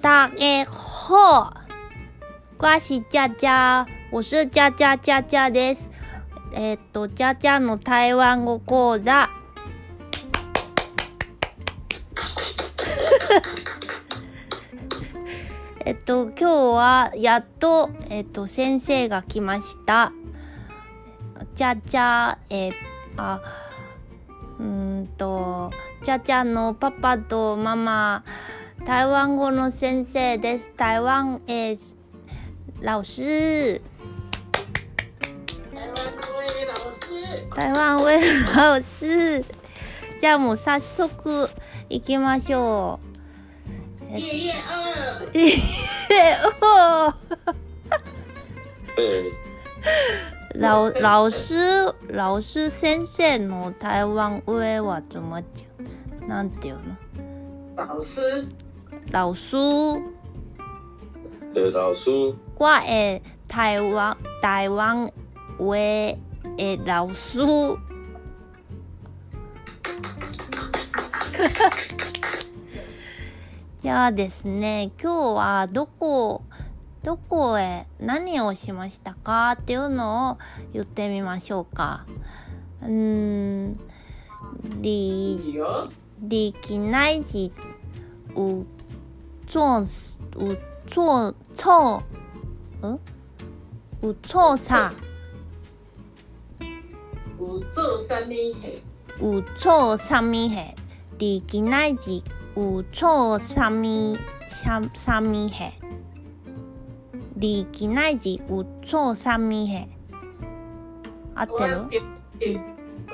大家好，我是佳佳，我是佳佳佳佳です。えっと、佳佳の台湾語講座。 えっと、今日はやっと、えっと、先生が来ました。ちゃちゃ、えーあ、うーんと、ちゃちゃのパパとママ、台湾語の先生です。台湾 is 老师。台湾各位老师，台湾ウェルハウス。じゃあもう早速行きましょう。夜夜二，えおー对，老老师老师先生の台湾上は怎么讲？なんていうの？老师，老师，对，老师，我诶台湾台湾 话诶老师，じゃあですね、今日はどこどこへ何をしましたかっていうのを言ってみましょうか。うーん、り旅游，你今仔日有做有做错，嗯，有做啥？有做什么嘿？有做啥物嘿？你今仔日有做啥物啥啥物嘿？你今仔日有做啥物嘿？啊我对了，今日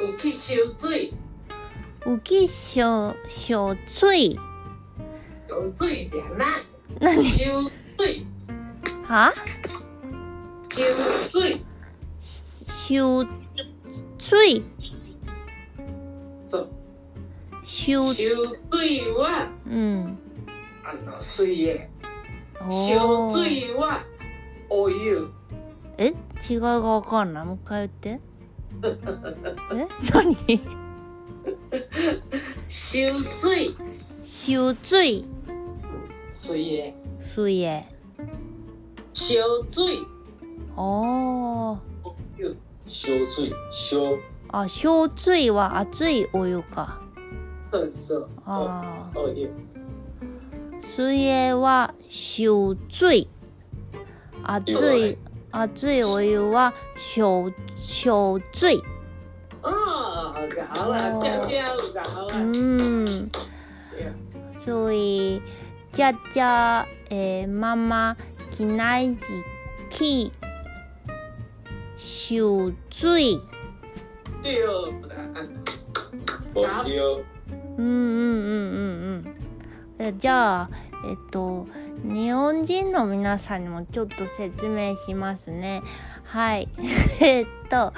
有去烧水，有去烧烧水，烧水食奶，烧水，哈？烧水，烧水，烧烧水我，嗯。啊老水耶，お烧ー水我，哦哟，え違いがわかんないもう一回言って え何烧水，塩水水耶，水泳烧水，おー哦哟，修水修あ氷水は熱いお湯か烧烧，哦あ哦哟，ー水泳は塩水熱い熱いお湯は塩塩水哦，搞了，哦嗯这这搞う了，ーん对啊所以呃じゃじゃえー、ママ着ない時期塩水对啦。啊不丢うんうんうんうんうんえじゃあえっと日本人の皆さんにもちょっと説明しますねはい えっと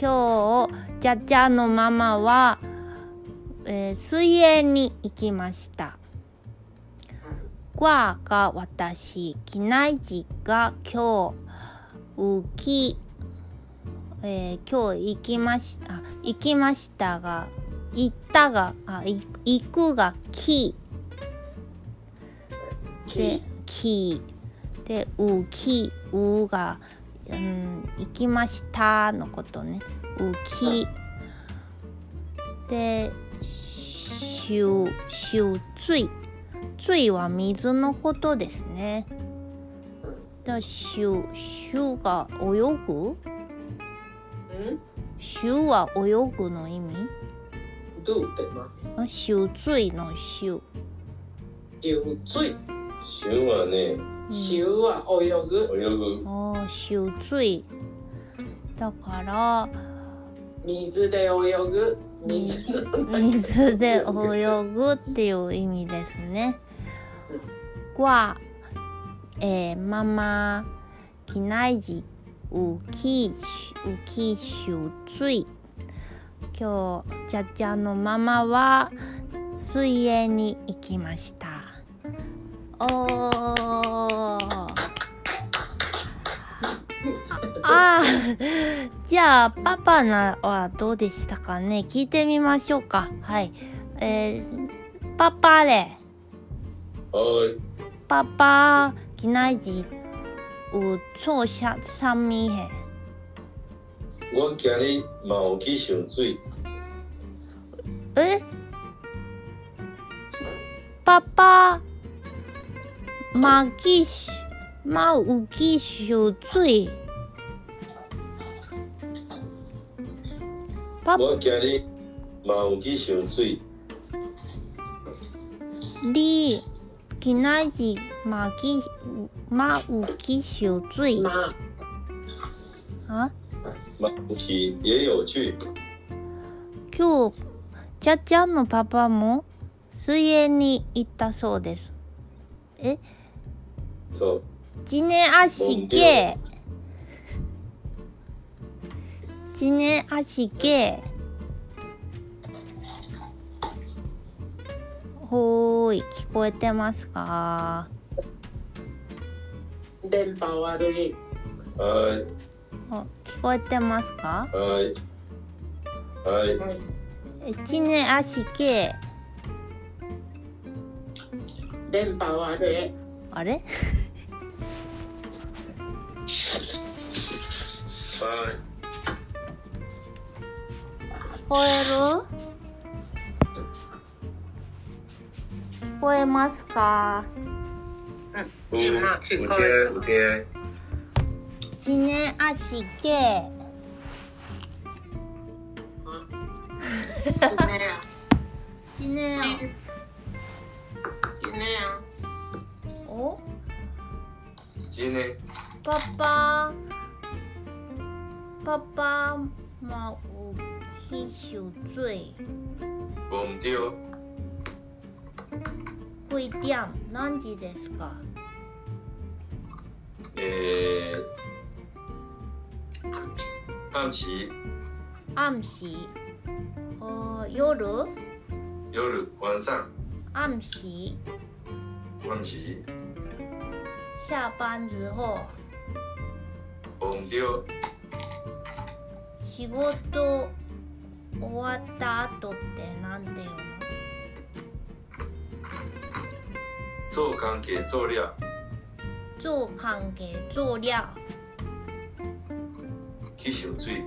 今日じゃじゃのママは、えー水泳に行きましたわが私、機内時が今日、浮き、えー今日行きました、あ行きましたが、行ったが、あ、い行くが、き、で去，き、で、浮き、うが、うん、行きましたのことね。浮き、で、しゅ、しゅ、つい。ついは水のことですね。じゃあ、しゅ、しゅが泳ぐ嗯，しゅは泳ぐの意味都有的吗？あしゅついのしゅ。烧水，修啊呢，烧啊，哦哟个我有个ああ、しゅつい。だから、水で泳ぐ水の水で泳ぐっていう意味ですね。は、えー、ママ、機内時、浮き、浮き、しゅつい。今日、ちゃちゃのママは、水泳に行きました。おー。ああ、じゃあ、パパなはどうでしたかね聞いてみましょうか。はい。えー、パパレ。はい。爸爸今日有做些啥物嘿？我今日嘛有去上水，诶，爸爸，马去马有去受罪。爸，我今日嘛有去上水，你今仔日马去马有去受罪妈，啊？嘛有去也有去。今日ちゃちゃんのパパも水泳に行ったそうです。え、そう。ジネアシゲ。ジネアシゲ。ほーい、聞こえてますか電波悪い。はい。お聞こえてますかはい。はい。えジネアシゲ。電波悪い。あれはい。聞こえる聞こえますかうん、今聞こえる。天。ジネアシゲ。ねジネア。え、ねお今天。パパパパも有去受罪忘掉。几点何時ですか诶。暗時、暗時お夜夜、晚上、暗時暗時、下班之后忘掉。仕事終わった後ってなんて言うの做工给做了，做関係做料去上水。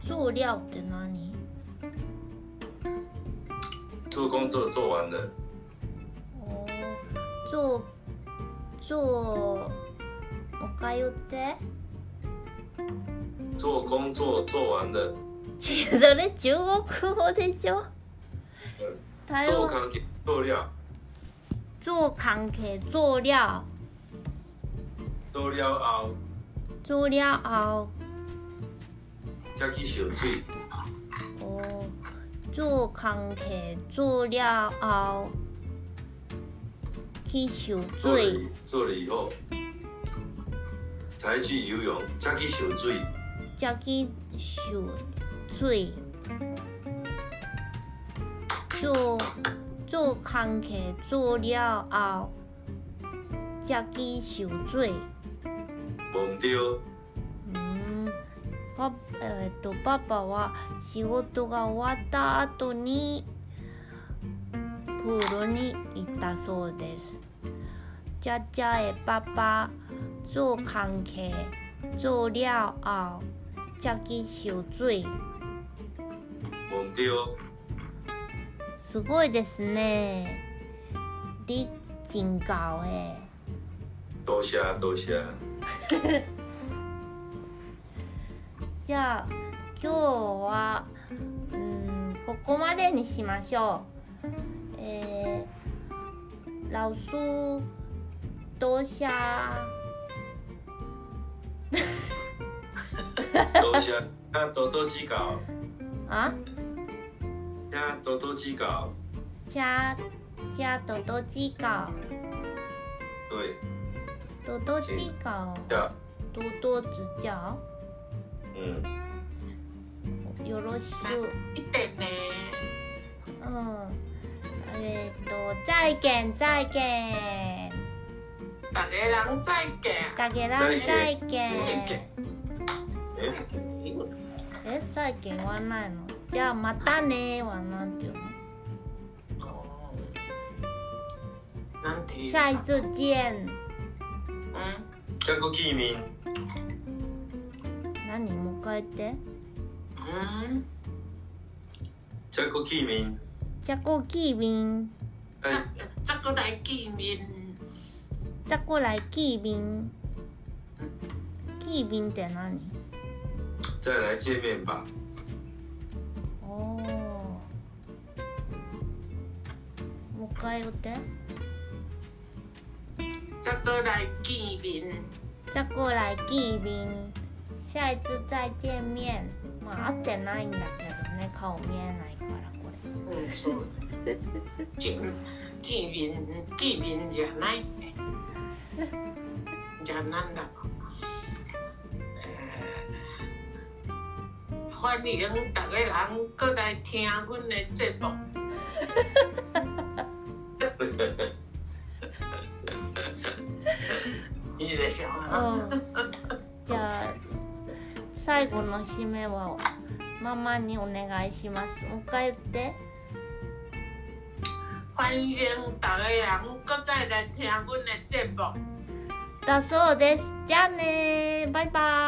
做料って何做工作做完了，お做做おかゆって做工作做完了，ちそれ中国語でしょ台做湾工给做了，做関係做料做了后做料後才去上水。お做関係做料後去受做了罪做了以后，才去游泳，才去上水。才去受罪做做関係做料後才去受罪忘掉，うんパえーっとパパは仕事が終わった後にプールに行ったそうです。じゃじゃえパパ做関係做了后再去受罪。忘掉，すごいですね。你真高え。多谢多谢。じゃあ今日はうーんここまでにしましょう。えー、老师多谢多谢， 请多多指教，啊，请多多指教。加加多多指教，对，多多指教，呀，多多指教，嗯，よろしえ。見てねく。うん。えっ、と再见再见，大家人再见。大家人再见。再见哎，え再見はないの？じゃあ哦またねはなんていうの？うんなんていうか下一次见。うんキャコキーミン何もう一回言って。うんチャコキーミンじゃこきびん。はい这个来见面じゃこ来きびん。きびんって何？再来见面吧おーもう一回言って。这个来见面じゃこ来きびん。下一次再见面。まあ会ってないんだけどね、顔見えないからこれ。うんそう见见面见面じゃないねじゃあなんだろうえー欢迎大家人过来听阮的节目。いいでしょうか。うんじゃあ最後の締めはママにお願いします。もう一回言って。欢迎大家人搁再来听阮的节目。だそうです。じゃあねーバイバイ。